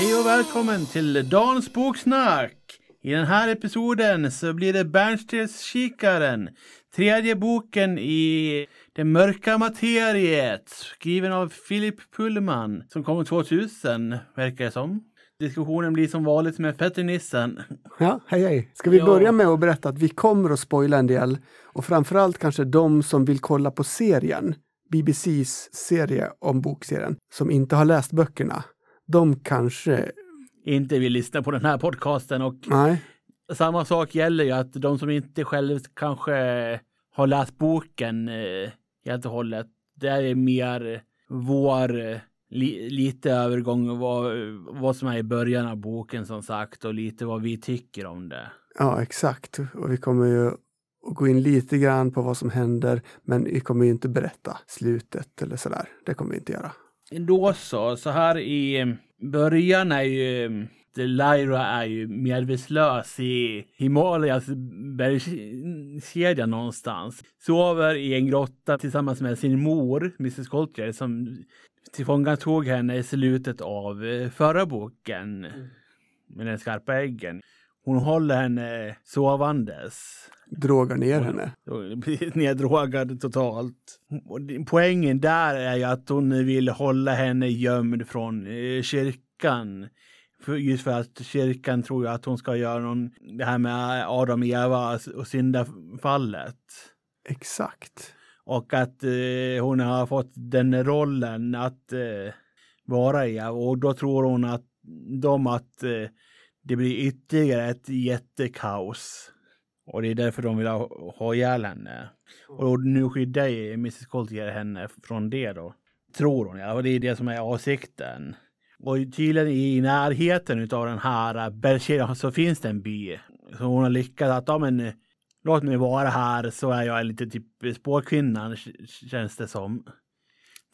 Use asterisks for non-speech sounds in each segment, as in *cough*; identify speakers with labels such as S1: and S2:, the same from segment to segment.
S1: Hej och välkommen till Dans boksnack! I den här episoden så blir det Bernstedts-kikaren, tredje boken i Det mörka materiet, skriven av Philip Pullman, som kom 2000, verkar det som. Diskussionen blir som vanligt med Petter Nissen.
S2: Ja, hej hej. Ska vi
S1: Ja.
S2: börja med att berätta att vi kommer att spoila en del och framförallt kanske de som vill kolla på serien, BBCs serie om bokserien, som inte har läst böckerna. De kanske,
S1: Inte vill lyssna på den här podcasten och
S2: nej,
S1: samma sak gäller ju att de som inte själv kanske har läst boken eh, helt och hållet, det är mer vår eh, li, lite övergång vad, vad som är i början av boken som sagt och lite vad vi tycker om det.
S2: ja exakt. Och vi kommer ju att gå in lite grann på vad som händer, men vi kommer ju inte berätta slutet eller sådär. Det kommer vi inte göra.
S1: Då så, så här i eh, början är ju eh, Lyra är ju medvetslös i Himalayas bergskedja någonstans. Sover i en grotta tillsammans med sin mor, Mrs Colter, som tillfångatog henne i slutet av eh, förra boken med den skarpa äggen. Hon håller henne eh, sovandes
S2: Drogar ner henne.
S1: och blir *laughs* neddrogad totalt. Och poängen där är ju att hon vill hålla henne gömd från eh, kyrkan. För, just för att kyrkan tror ju att hon ska göra någon, det här med Adam och Eva och syndafallet.
S2: Exakt.
S1: Och att eh, hon har fått den rollen att eh, vara i. Och då tror hon att de att eh, det blir ytterligare ett jättekaos. Och det är därför de vill ha, ha ihjäl henne. Och nu skyddar ju Mrs Coltier henne från det då. Tror hon ja, och det är det som är avsikten. Och tydligen i närheten utav den här eh, bergskedjan så finns det en by. Så hon har lyckats att, ja men eh, låt mig vara här så är jag lite typ spåkvinnan k- känns det som.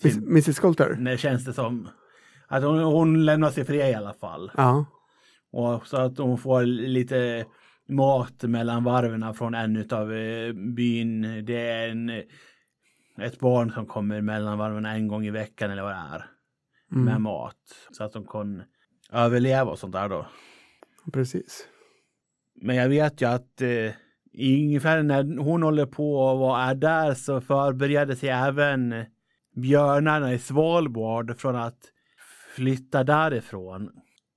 S2: Miss-
S1: Typ,
S2: Mrs Coulter?
S1: nej, känns det som. Att hon, hon lämnas i fred i alla fall.
S2: Ja.
S1: Och så att hon får lite mat mellan varven från en av byn. Det är en, ett barn som kommer mellan varven en gång i veckan eller vad det är. Med
S2: Mm.
S1: mat. Så att de kan överleva och sånt där då.
S2: Mm, Precis.
S1: Men jag vet ju att eh, ungefär när hon håller på och är där så förbereder sig även björnarna i Svalbard från att flytta därifrån.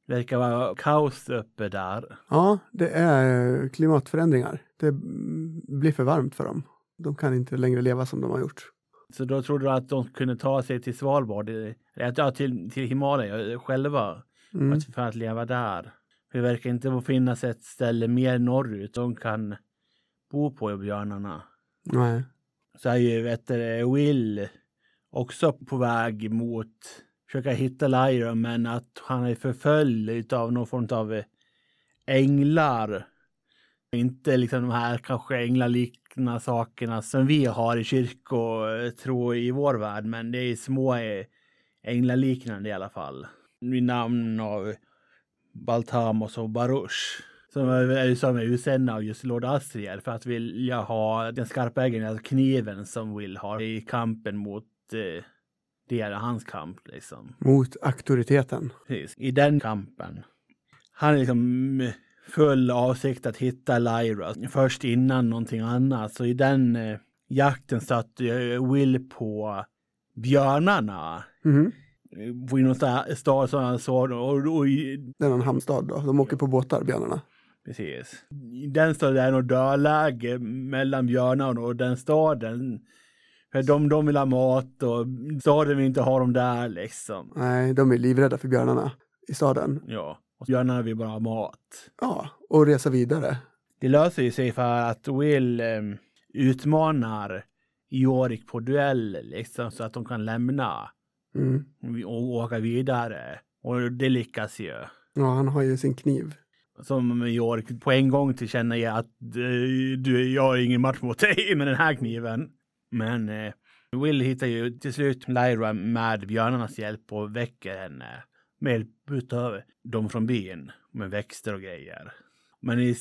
S1: Det verkar vara kaos uppe där.
S2: Ja, det är eh, klimatförändringar. Det mm, blir för varmt för dem. De kan inte längre leva som de har gjort.
S1: Så då trodde du att de kunde ta sig till Svalbard, eh, eller att- ja, till, till Himalaya eh, själva
S2: Mm.
S1: att- för att leva där. För det verkar inte finnas ett ställe mer norrut de kan bo på, björnarna.
S2: Nej.
S1: Så är ju vet du, Will också på väg mot försöka hitta Lyra men att han är förföljd av någon form av eh, änglar. Inte liksom de här kanske änglalikna sakerna som vi har i kyrkotro i vår värld men det är små eh, änglaliknande i alla fall. I namn av Baltamos och Baruch. Som är, är, som är utsända av just Lord Astriel för att vilja ha den skarpa ägaren, alltså kniven som Will har i kampen mot eh, det är hans kamp liksom.
S2: Mot auktoriteten.
S1: Precis. I den kampen. Han är liksom full avsikt att hitta Lyra först innan någonting annat. Så i den eh, jakten satt eh, Will på björnarna.
S2: Mhm.
S1: På någon sta- stad som han såg och, och i-
S2: Det är någon hamnstad då. De åker på båtar, björnarna.
S1: Precis. I Den staden är nog dödläge mellan björnarna och den staden. För de, de vill ha mat och staden vill inte ha dem där liksom.
S2: Nej, de är livrädda för björnarna i staden.
S1: Ja, och björnarna vill bara ha mat.
S2: Ja, och resa vidare.
S1: Det löser ju sig för att Will eh, utmanar Jorik på duell liksom så att de kan lämna
S2: Mm.
S1: och åka vidare. Och det lyckas ju.
S2: Ja, han har ju sin kniv.
S1: Som Jorik på en gång tillkännager att eh, du, jag har ingen match mot dig med den här kniven. Men eh, Will hittar ju till slut Lyra med björnarnas hjälp och väcker henne. Med hjälp av dem från byn med växter och grejer. Men i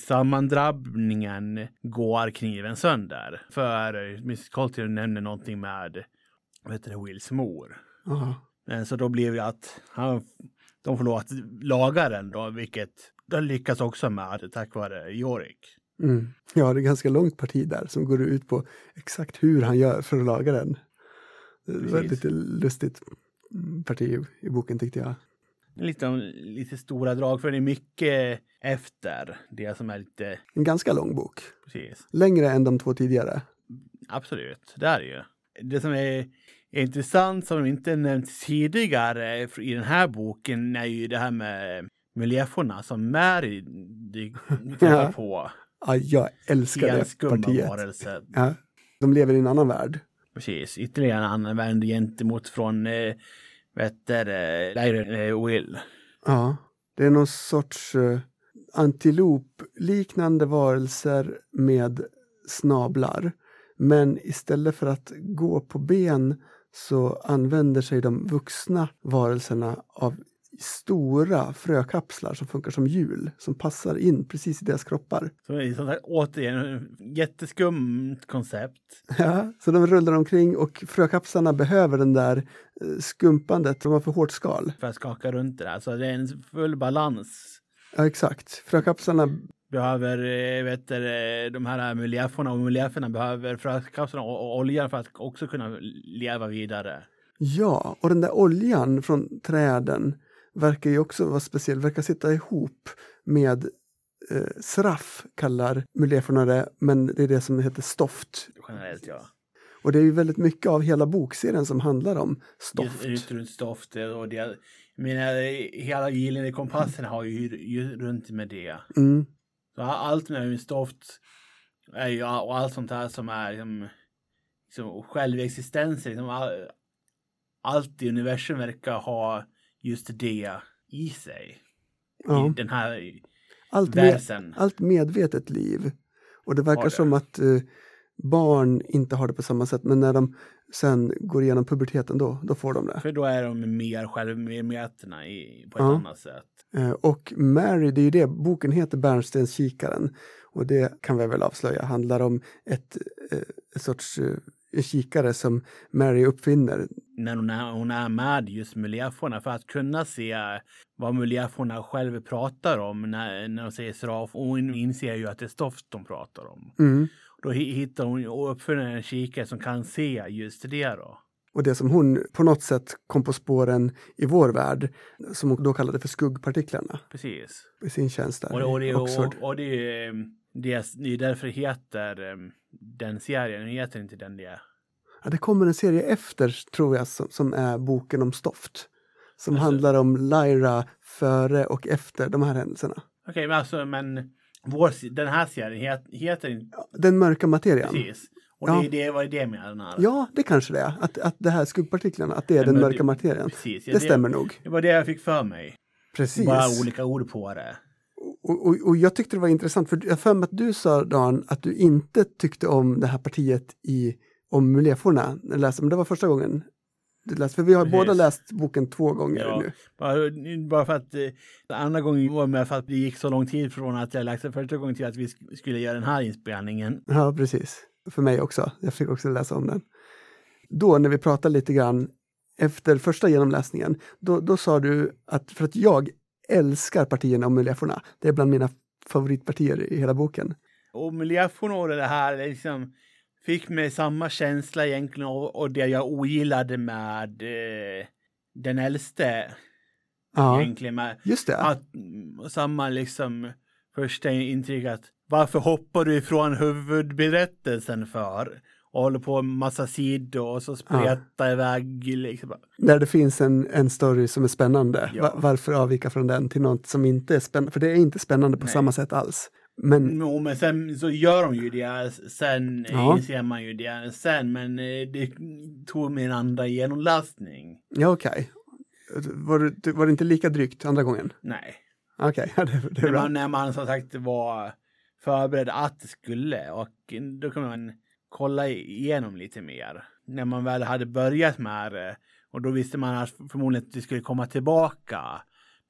S1: sammandrabbningen går kniven sönder. För eh, Mrs Colter nämner någonting med vad heter det, Wills mor.
S2: Ja,
S1: Eh, Så då blev det att han de får lov att laga den då, vilket de lyckas också med tack vare Jorik.
S2: Mm. Ja, det är ganska långt parti där som går ut på exakt hur han gör för att laga den. Det
S1: Precis.
S2: var ett lite lustigt mm, parti i- i boken tyckte jag.
S1: Lite, lite stora drag, för det är mycket efter det som är lite...
S2: En ganska lång bok.
S1: Precis.
S2: Längre än de två tidigare.
S1: Absolut, det är det ju. Det som är intressant som inte nämnts tidigare i den här boken är ju det här med miljöforna som Mary dy- träffar på.
S2: *laughs* Ja, jag älskar
S1: Helt
S2: det
S1: skumma
S2: partiet.
S1: varelser.
S2: Ja. De lever i en annan värld.
S1: Precis, ytterligare en använd gentemot från eh, vet du, eh, Lyra, eh, Will.
S2: Ja, det är någon sorts eh, antilopliknande varelser med snablar. Men istället för att gå på ben så använder sig de vuxna varelserna av stora frökapslar som funkar som hjul, som passar in precis i deras kroppar.
S1: Som är som sagt återigen jätteskumt koncept.
S2: Ja, så de rullar omkring och frökapslarna behöver den där eh, skumpandet, de har för hårt skal.
S1: för att skaka runt det där. Så det är en full balans.
S2: Ja, exakt. Frökapslarna
S1: Behöver eh, vet du, eh, de här miljöforna och miljöforna behöver frökapslarna och och oljan för att också kunna leva vidare.
S2: Ja, och den där oljan från träden verkar ju också vara speciell, verkar sitta ihop med eh, sraff kallar Muleforna det, men det är det som heter stoft.
S1: Generellt ja.
S2: Och det är ju väldigt mycket av hela bokserien som handlar om stoft.
S1: Just runt stoft och det. Jag menar, hela Gyllene kompassen har ju, ju runt med det.
S2: Mm,
S1: Så allt med stoft är ju, och allt sånt här som är liksom, liksom självexistens. Liksom, all, allt i universum verkar ha just det i sig. i
S2: ja.
S1: den här
S2: allt, med,
S1: världen.
S2: allt medvetet liv. Och det verkar
S1: Mm. det.
S2: som att eh, barn inte har det på samma sätt, men när de sen går igenom puberteten då, då får de det.
S1: För då är de mer självmedvetna i, på ett
S2: Ja.
S1: annat sätt.
S2: Eh, Och Mary, det är ju det, boken heter Bärnstenskikaren och det kan vi väl avslöja handlar om ett, eh, ett sorts eh, en kikare som Mary uppfinner.
S1: När hon är, hon är med just miljöforna för att kunna se vad miljöforna själv pratar om när, när de säger seraf. Och hon inser ju att det är stoft de pratar om.
S2: Mm.
S1: Då hi- hittar hon och uppfinner en kikare som kan se just det då.
S2: Och det som hon på något sätt kom på spåren i vår värld, som hon då kallade för skuggpartiklarna
S1: Precis.
S2: i sin tjänst där
S1: Och, och, det,
S2: i
S1: är-
S2: Oxford.
S1: och, och det är ju eh, det, det är därför det heter eh, den serien. Nu heter inte den det.
S2: Ja, det kommer en serie efter, tror jag, som, som är boken om stoft. Som
S1: Alltså-
S2: handlar om Lyra före och efter de här händelserna.
S1: Okej, men alltså men vår, se- den här serien het, heter inte
S2: Den mörka materian.
S1: Precis. Och
S2: Ja.
S1: det, det var ju det jag menade.
S2: Ja, det kanske det är. Att, att det här skuggpartiklarna, att det är
S1: Men
S2: den
S1: det-
S2: mörka materien.
S1: Precis. Ja,
S2: Det stämmer nog.
S1: Det var det jag fick för mig.
S2: Precis.
S1: Bara olika ord på det.
S2: Och, och, och jag tyckte det var intressant, för jag har för mig att du sa, Dan, att du inte tyckte om det här partiet i om Muleforna. när du läste, Men det var första gången du läste, för vi har
S1: Precis.
S2: båda läst boken två gånger
S1: Ja.
S2: nu.
S1: Bara, bara för att eh, andra gången var med för att det gick så lång tid från att jag lagt det första gången till att vi sk- skulle göra den här inspelningen.
S2: Ja, precis. För mig också. Jag fick också läsa om den. Då när vi pratade lite grann efter första genomläsningen, då, då sa du att för att jag älskar partierna om Muleforna, det är bland mina favoritpartier i hela boken.
S1: Och miljöfrågorna och det här liksom fick mig samma känsla egentligen och, och det jag ogillade med eh, den äldste
S2: Ja,
S1: egentligen med
S2: just det.
S1: att mm, och samma liksom första intryck att varför hoppar du ifrån huvudberättelsen för? Och håller på med massa sidor och så spretar iväg liksom.
S2: När det finns en, en story som är spännande,
S1: Ja.
S2: va- varför avvika från den till något som inte är spännande? För det är inte spännande på
S1: Nej. Mm.
S2: samma sätt alls. Men
S1: Jo, men sen så gör de ju det. Sen
S2: Ja.
S1: inser man ju det sen. Men eh, det tog min andra genomlastning.
S2: ja, okej. Var, du- du- var det inte lika drygt andra gången?
S1: Nej,
S2: Okej, *laughs* ja, det, det är
S1: när
S2: bra.
S1: man, när man som sagt var förberedd att det skulle och då kunde man kolla igenom lite mer. När man väl hade börjat med det och då visste man att förmodligen att det skulle komma tillbaka.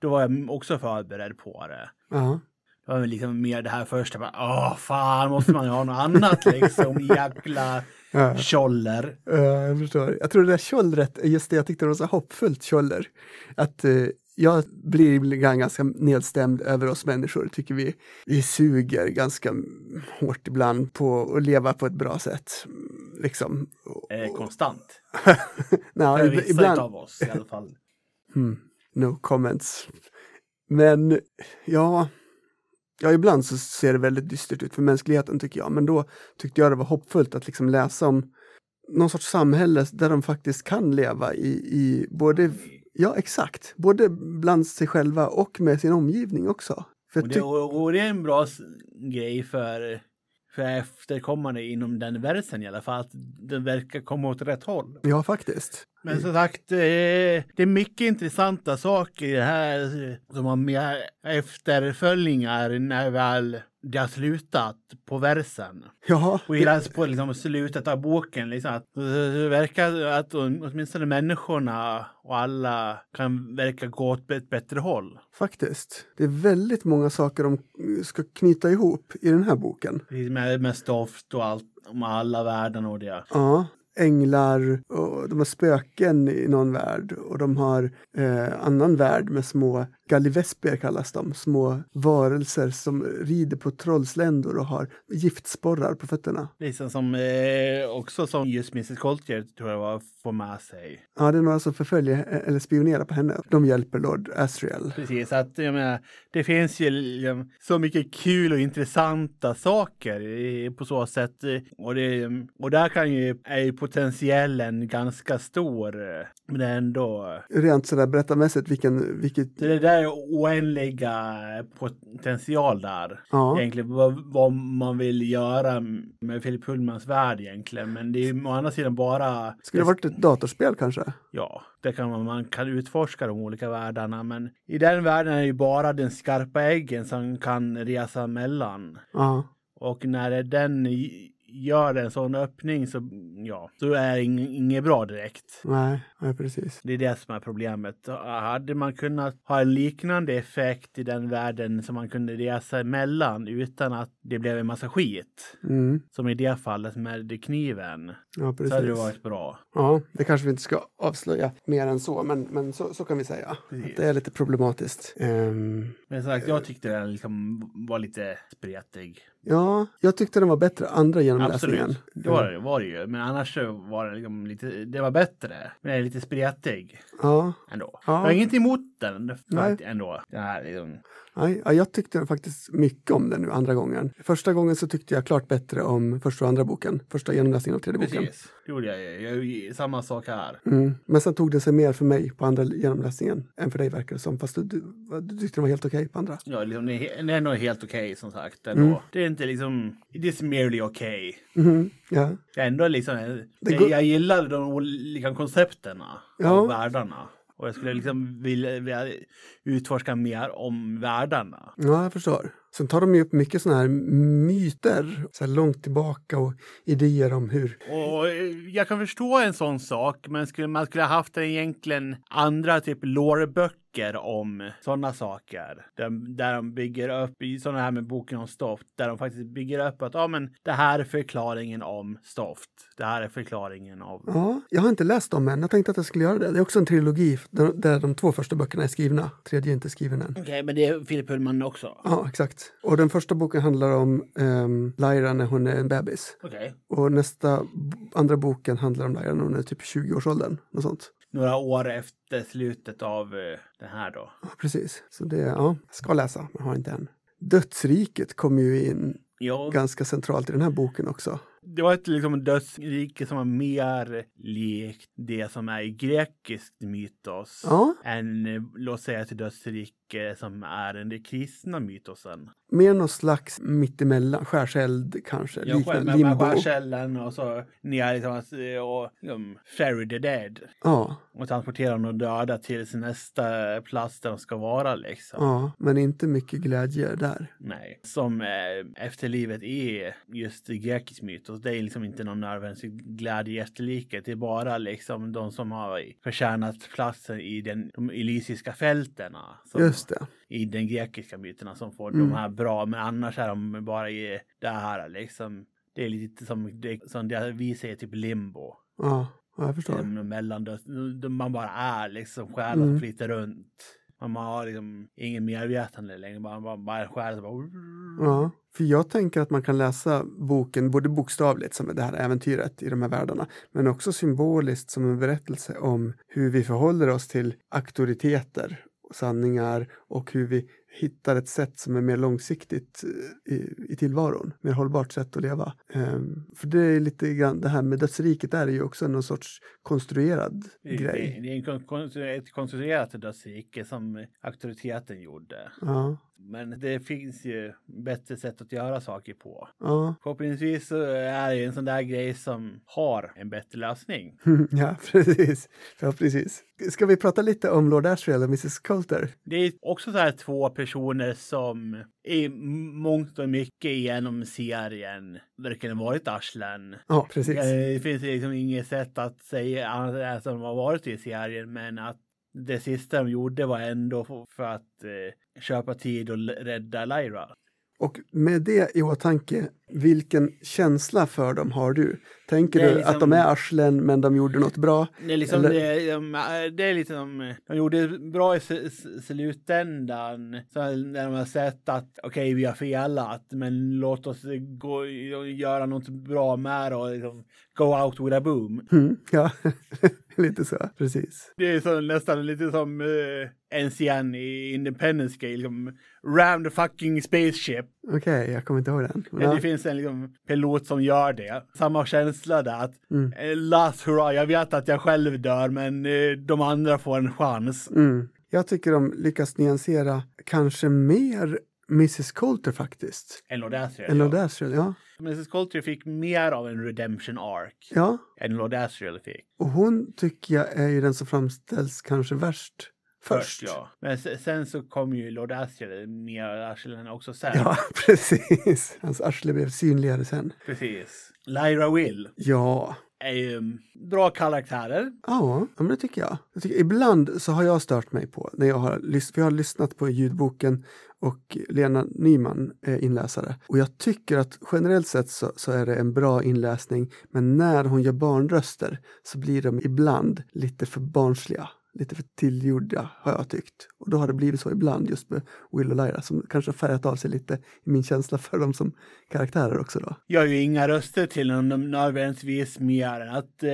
S1: Då var jag också förberedd på det.
S2: Ja.
S1: Det var väl liksom mer det här första, bara, åh fan, måste man ju ha något annat liksom, jäkla
S2: Ja.
S1: tjoller.
S2: Eh, jag förstår. Jag tror det där tjollret, är just det, jag tyckte det var så hoppfullt tjoller. Att eh, jag blir ibland ganska nedstämd över oss människor, tycker vi. Vi suger ganska hårt ibland på att leva på ett bra sätt. Liksom. *laughs*
S1: Eh, konstant.
S2: Nå,
S1: För
S2: ib-
S1: vissa
S2: ibland,
S1: utav oss i alla fall.
S2: Hmm, no comments. Men ja, ja, ibland så ser det väldigt dystert ut för mänskligheten tycker jag. Men då tyckte jag det var hoppfullt att liksom läsa om någon sorts samhälle där de faktiskt kan leva i, i både, ja exakt, både bland sig själva och med sin omgivning också. För
S1: Och
S2: jag
S1: det,
S2: tyck-
S1: och, och det är en bra s- grej för, för efterkommande inom den versen i alla fall. Att den verkar komma åt rätt håll.
S2: ja, faktiskt.
S1: Men som sagt, eh, det är mycket intressanta saker i det här eh, som har med efterföljningar när väl det har slutat på versen.
S2: Ja,
S1: Och hela på liksom slutet av boken, liksom, att det verkar att åtminstone människorna och alla kan verka gå åt ett bättre håll.
S2: faktiskt. Det är väldigt många saker de eh, ska knyta ihop i den här boken.
S1: Med, med stoft och allt, om alla värden och det.
S2: Ja, änglar och de har spöken i någon värld och de har eh, annan värld med små gallivesper kallas de, små varelser som rider på trollsländor och har giftsporrar på fötterna.
S1: Liksom som eh, också som just Mrs Coltier tror jag var, får med sig.
S2: Ja, det är några som förföljer eh, eller spionerar på henne. De hjälper Lord Asriel.
S1: Precis, att jag menar, det finns ju liksom, så mycket kul och intressanta saker eh, på så sätt. eh, Och, det, och där kan ju, är ju potentiellen ganska stor. eh, Men ändå. eh,
S2: Rent sådär berättarmässigt, vilken, vilket...
S1: Så det där är oändliga potential där.
S2: Ja,
S1: Egentligen vad, vad man vill göra med Philip Pullmans värld egentligen. Men det är ju å andra sidan bara...
S2: skulle det varit ett datorspel kanske?
S1: Ja, det kan man, man kan utforska de olika världarna. Men i den världen är det ju bara den skarpa äggen som kan resa mellan.
S2: Ja.
S1: Och när den i- gör en sån öppning så, ja, så är det ing- inget bra direkt.
S2: Nej, ja, precis.
S1: Det är det som är problemet. Hade man kunnat ha en liknande effekt i den världen som man kunde resa emellan utan att det blev en massa skit,
S2: Mm,
S1: som i det fallet med kniven,
S2: ja, precis.
S1: så hade det varit bra.
S2: Ja, det kanske vi inte ska avslöja mer än så, men, men så, så kan vi säga.
S1: Precis.
S2: Att Det är lite problematiskt. Ehm,
S1: Men som sagt, jag tyckte den liksom var lite spretig.
S2: ja, jag tyckte den var bättre andra genomläsningen.
S1: Absolut, det var det, var det ju. Men annars så var det liksom lite, det var bättre. Men den är lite spretig
S2: Ja,
S1: ändå.
S2: Ja.
S1: Jag har inget emot den
S2: Nej.
S1: fakt, ändå. Det här, liksom.
S2: nej, ja, jag tyckte faktiskt mycket om den nu andra gången. Första gången så tyckte jag klart bättre om första och andra boken. Första genomläsningen av tredje boken.
S1: Precis, det gjorde jag ju. Jag gjorde ju samma sak här.
S2: Mm. Men sen tog den sig mer för mig på andra genomläsningen än för dig verkar det som. Fast du, du, du tyckte den var helt okej på andra.
S1: Ja, liksom, den är- den är nog helt okej som sagt. Ändå.
S2: Mm.
S1: Det är inte liksom, it is merely okej.
S2: Mhm, Ja.
S1: Det är ändå liksom, jag,
S2: går-
S1: jag gillar de olika koncepterna
S2: Ja.
S1: av världarna. Och jag skulle liksom vilja, vilja utforska mer om världarna.
S2: Ja, jag förstår. Sen tar de ju upp mycket sådana här myter, så här långt tillbaka och idéer om hur...
S1: Och eh, jag kan förstå en sån sak, men skulle, man skulle ha haft egentligen andra typ lårböcker om sådana saker. Där, där de bygger upp, i sådana här med boken om stoft, där de faktiskt bygger upp att ja, men det här är förklaringen om stoft. Det här är förklaringen av...
S2: Ja, jag har inte läst dem än. Jag tänkte att jag skulle göra det. Det är också en trilogi där, där de två första böckerna är skrivna. Tredje är inte skriven än.
S1: Okej, men det är Filip Ullman också?
S2: Ja, exakt. Och den första boken handlar om um, Lyra när hon är en bebis.
S1: Okej.
S2: Och nästa, b- andra boken handlar om Lyra när hon är typ 20-årsåldern. Något sånt.
S1: Några år efter slutet av eh, den här då.
S2: Ja, precis. Så det, ja, jag ska läsa, men har inte än. Dödsriket kommer ju in
S1: Ja,
S2: ganska centralt i den här boken också.
S1: Det var ett liksom, dödsrike som var mer likt det som är i grekisk mytos
S2: Ja,
S1: än, eh, låt säga, ett dödsrike som är den kristna mytosen.
S2: mer någon slags mittemellan, skärseld kanske,
S1: Jag själv
S2: liknande
S1: med
S2: limbo.
S1: skärselden och så ner liksom, eh, och um, ferry the dead
S2: Ja,
S1: och transportera de döda till sin nästa plats där de ska vara liksom.
S2: ja, men inte mycket glädje där.
S1: Nej, som eh, efterlivet är just i grekisk mytos. Det är liksom inte någon nödvändig glädje i efterliket. Det är bara liksom de som har förtjänat platsen i den, de elysiska fältena. Som,
S2: Just det.
S1: i den grekiska myterna som får de
S2: Mm.
S1: här bra, men annars är de bara i det här liksom. Det är lite som det, som det vi säger, typ limbo. Liksom,
S2: Ja, ja jag förstår.
S1: Ämne mellanlösning. Man bara är liksom själen som
S2: Mm.
S1: flyter runt. Man man har liksom ingen medvetande längre. Man bara, bara en själ som bara... Mm.
S2: Ja, för jag tänker att man kan läsa boken både bokstavligt som det här äventyret i de här världarna, men också symboliskt som en berättelse om hur vi förhåller oss till auktoriteter och sanningar och hur vi hittar ett sätt som är mer långsiktigt eh, i, i tillvaron, mer hållbart sätt att leva. Ehm, för det är lite grann det här med dödsriket är ju också någon sorts konstruerad
S1: Det, det
S2: grej.
S1: det är en kon- kon- ett konstruerat dödsrike som auktoriteten gjorde.
S2: Ja,
S1: Men det finns ju bättre sätt att göra saker på.
S2: ja, *laughs*
S1: Förhoppningsvis så är det en sån där grej som har en bättre lösning.
S2: ja, precis. Ja, precis. Ska vi prata lite om Lord Asriel och Mrs Coulter?
S1: Det är också så här två personer som i mångt och mycket genom serien verkligen varit arslen.
S2: Ja, precis.
S1: Eh, Det finns liksom inget sätt att säga annat än att de har varit i serien, men att det sista de gjorde var ändå f- för att eh, köpa tid och l- rädda Lyra.
S2: Och med det i åtanke, vilken känsla för dem har du? Tänker
S1: Det är
S2: du
S1: liksom-
S2: att de är arslen men de gjorde något bra?
S1: Det är liksom,
S2: Eller-
S1: det, de, det är liksom, de gjorde bra i s- s- slutändan. Så när de har sett att okej, vi har felat, men låt oss gå, göra något bra med det och liksom, go out with a boom.
S2: Mm, ja, *laughs* lite så. Precis.
S1: Det är så, nästan lite som eh, NCN i Independence Day, liksom round the fucking spaceship.
S2: Okej, jag kommer inte ihåg den.
S1: Men Det finns en liksom, pilot som gör det. Samma känsla där, att
S2: Mm.
S1: eh, last hurra, jag vet att jag själv dör, men eh, de andra får en chans.
S2: Mm. Jag tycker de lyckas nyansera kanske mer Mrs Coulter faktiskt.
S1: Än Lord Asriel.
S2: Än Lord
S1: ja.
S2: Asriel, ja.
S1: Mrs Coulter fick mer av en redemption arc
S2: ja.
S1: än Lord Asriel fick.
S2: Och hon tycker jag är ju den som framställs kanske värst först.
S1: ja. Men s- sen så kom ju Lord Asriel, mer Asriel också sen.
S2: ja, *laughs* precis. Hans arsle blev synligare sen.
S1: Precis. Lyra Will
S2: Ja,
S1: är ju mm, bra karaktärer.
S2: Ja, ja, men det tycker jag. jag tycker, ibland så har jag stört mig på, när jag har, lys- för jag har lyssnat på ljudboken och Lena Nyman är inläsare. Och jag tycker att generellt sett så, så är det en bra inläsning, men när hon gör barnröster så blir de ibland lite för barnsliga. Lite för tillgjorda har jag tyckt. Och då har det blivit så ibland just med Will och Lyra som kanske har färgat av sig lite i min känsla för dem som karaktärer också då.
S1: gör ju inga röster till honom nödvändigtvis mer än att eh,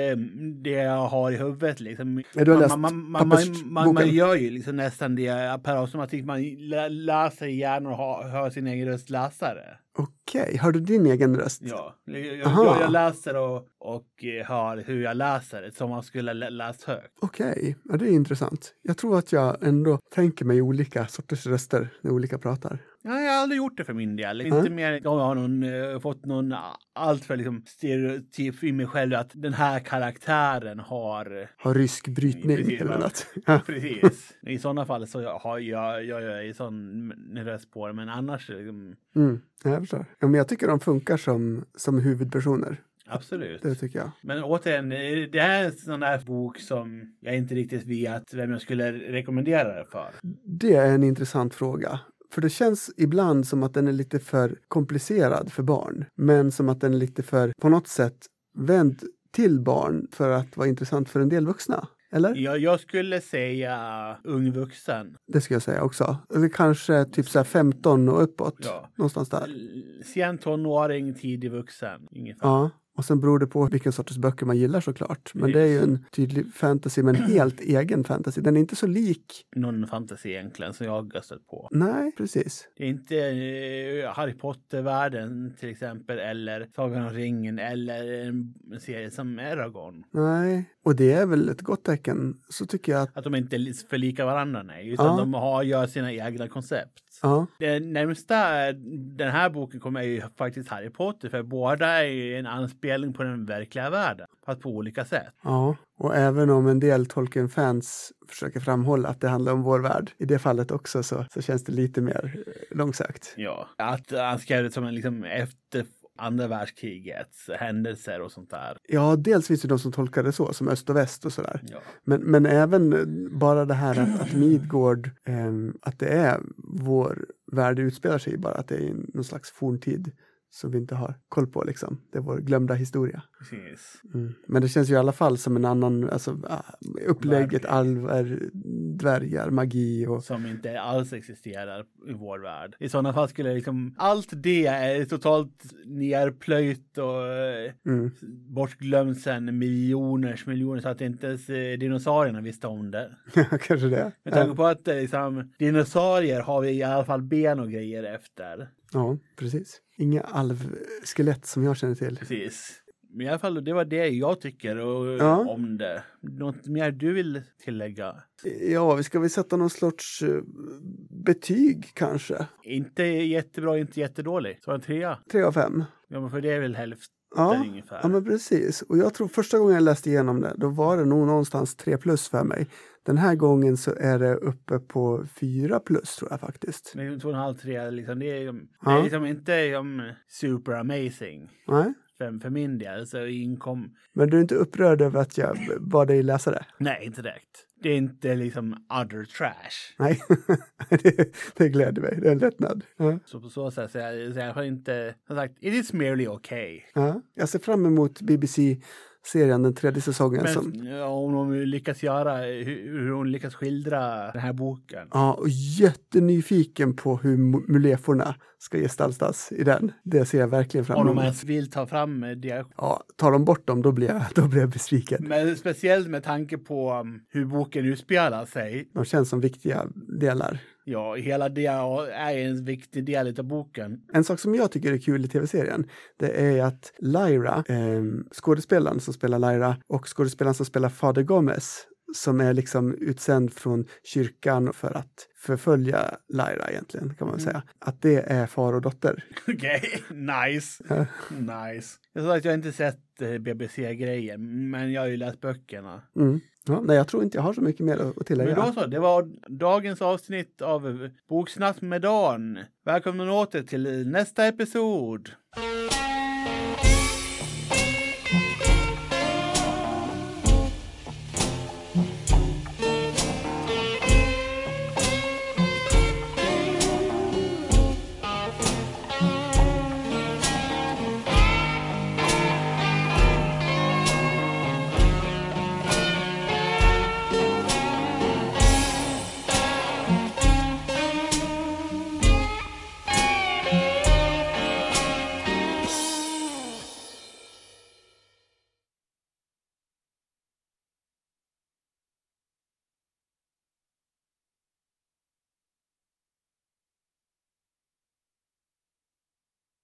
S1: det jag har i huvudet liksom.
S2: Ja, du har
S1: man,
S2: läst
S1: man, man, man, man, man, man
S2: pappersboken.
S1: gör ju liksom nästan det per automatik. Man lä- läser hjärnan och har, hör sin egen röst läsare.
S2: Okej, hör du din egen röst?
S1: Ja, jag, jag,
S2: Aha.
S1: jag- jag läser och, och eh, hör hur jag läser det som man skulle lä- läst högt.
S2: Okej, ja, det är intressant. Jag tror att jag ändå tänker mig olika sorters röster när olika pratar.
S1: Ja, jag har aldrig gjort det för min del.
S2: Mm.
S1: Inte mer om jag har någon, eh, fått någon a- alltför liksom stereotyp i mig själv att den här karaktären har
S2: Har rysk brytning
S1: Precis,
S2: eller
S1: va?
S2: något. *laughs* Ja.
S1: *laughs* Precis. I sådana fall så har jag, jag, jag är sån röst på det, men annars liksom,
S2: Mm, ja, jag förstår. Ja, men jag tycker de funkar som, som huvudpersoner.
S1: absolut.
S2: Det tycker jag.
S1: Men återigen, eh, det här är en sån där bok som jag inte riktigt vet vem jag skulle rekommendera det för.
S2: Det är en intressant fråga. För det känns ibland som att den är lite för komplicerad för barn. Men som att den är lite för, på något sätt, vänd till barn för att vara intressant för en del vuxna. Eller?
S1: Jag, jag skulle säga ung vuxen.
S2: Det ska jag säga också. Eller kanske typ så här 15 och uppåt.
S1: Ja.
S2: Någonstans där.
S1: Sen tonåring, tidig vuxen. Ungefär.
S2: Ja, och sen beror det på vilken sorts böcker man gillar såklart. Men det är ju en tydlig fantasy, *clears throat* men helt egen fantasy. Den är inte så lik.
S1: Någon fantasi egentligen som jag har stött på.
S2: Nej, precis.
S1: Det är inte eh, Harry Potter-världen till exempel eller Sagan om ringen eller en serie som Eragon.
S2: Nej, och det är väl ett gott tecken. Så tycker jag att,
S1: Att de inte är för lika varandra, nej. Utan
S2: Ja.
S1: de har, gör sina egna koncept.
S2: ja,
S1: Det närmsta den här boken kommer är ju faktiskt Harry Potter, för båda är ju en anspelning på den verkliga världen, fast på olika sätt.
S2: ja. Och även om en del Tolkien-fans försöker framhålla att det handlar om vår värld, i det fallet också så, så känns det lite mer eh, långsökt.
S1: Ja. Att han skrev det som en liksom efter andra världskrigets händelser och sånt där.
S2: Ja, dels finns det de som tolkar det så, som öst och väst och sådär.
S1: Ja.
S2: Men, men även eh, bara det här att, att Midgård, ehm, att det är vår värld utspelar sig i bara, att det är i någon slags forntid som vi inte har koll på liksom. Det är vår glömda historia.
S1: Precis.
S2: Mm. Men det känns ju i alla fall som en annan, alltså ah, upplägget
S1: Verkligen.
S2: alver, dvärgar, magi och *laughs*
S1: Som inte alls existerar i vår värld. I sådana fall skulle liksom allt det är totalt nerplöjt och eh,
S2: mm.
S1: bortglömt sedan miljoners miljoner så att inte ens eh, dinosaurierna visste om det.
S2: kanske det.
S1: Med tanke på att eh, liksom, dinosaurier har vi i alla fall ben och grejer efter.
S2: Ja, precis. Inga alvskelett som jag känner till.
S1: Precis. Men i alla fall, det var det jag tycker och,
S2: Ja.
S1: om det. Något mer du vill tillägga?
S2: Ja, vi ska väl sätta någon sorts eh, betyg kanske.
S1: Inte jättebra, inte jättedålig. Så en trea.
S2: Tre av fem.
S1: Ja, men för det är väl hälften
S2: Ja,
S1: ungefär.
S2: ja, men precis. Och jag tror första gången jag läste igenom det, då var det nog någonstans tre plus för mig. Den här gången så är det uppe på fyra plus tror jag faktiskt.
S1: Men två och en halv, tre, liksom, det är, ju- det
S2: Ja.
S1: är liksom inte um, super amazing.
S2: Nej?
S1: För, för min del, så inkom...
S2: Men du är inte upprörd över att jag b- bad dig läsa det?
S1: Nej, inte direkt. Det är inte liksom other trash.
S2: Nej, *laughs* det, det gläder mig. Det är en lättnad. Ja.
S1: Så på så sätt så är jag, så jag har inte... Som sagt, it is merely okay.
S2: Ja. Jag ser fram emot BBC-serien, den tredje säsongen.
S1: Men
S2: Som,
S1: ja, om hon lyckas göra, hur, hur hon lyckas skildra den här boken.
S2: ja, och jättenyfiken på hur mu- muleforna ska gestaltas i den. Det ser jag verkligen fram
S1: Om de
S2: emot.
S1: ens vill ta fram det.
S2: Ja, tar de bort dem, då blir jag, då blir jag besviken.
S1: Men speciellt med tanke på um, hur boken utspelar sig.
S2: De känns som viktiga delar.
S1: Ja, hela det är en viktig del av boken.
S2: En sak som jag tycker är kul i tv-serien, det är att Lyra, eh, skådespelaren som spelar Lyra och skådespelaren som spelar Fader Gomez, som är liksom utsänd från kyrkan för att förfölja Lyra egentligen, kan man
S1: Mm.
S2: väl säga. Att det är far och dotter.
S1: *laughs* Okej, nice.
S2: Ja.
S1: Nice. Jag sa att jag inte sett eh, BBC-grejen, men jag har ju läst böckerna.
S2: Mm. Ja, nej, jag tror inte jag har så mycket mer att att tillägga.
S1: Men då så, det var dagens avsnitt av Boksnack med Dan. Välkommen åter till nästa episod.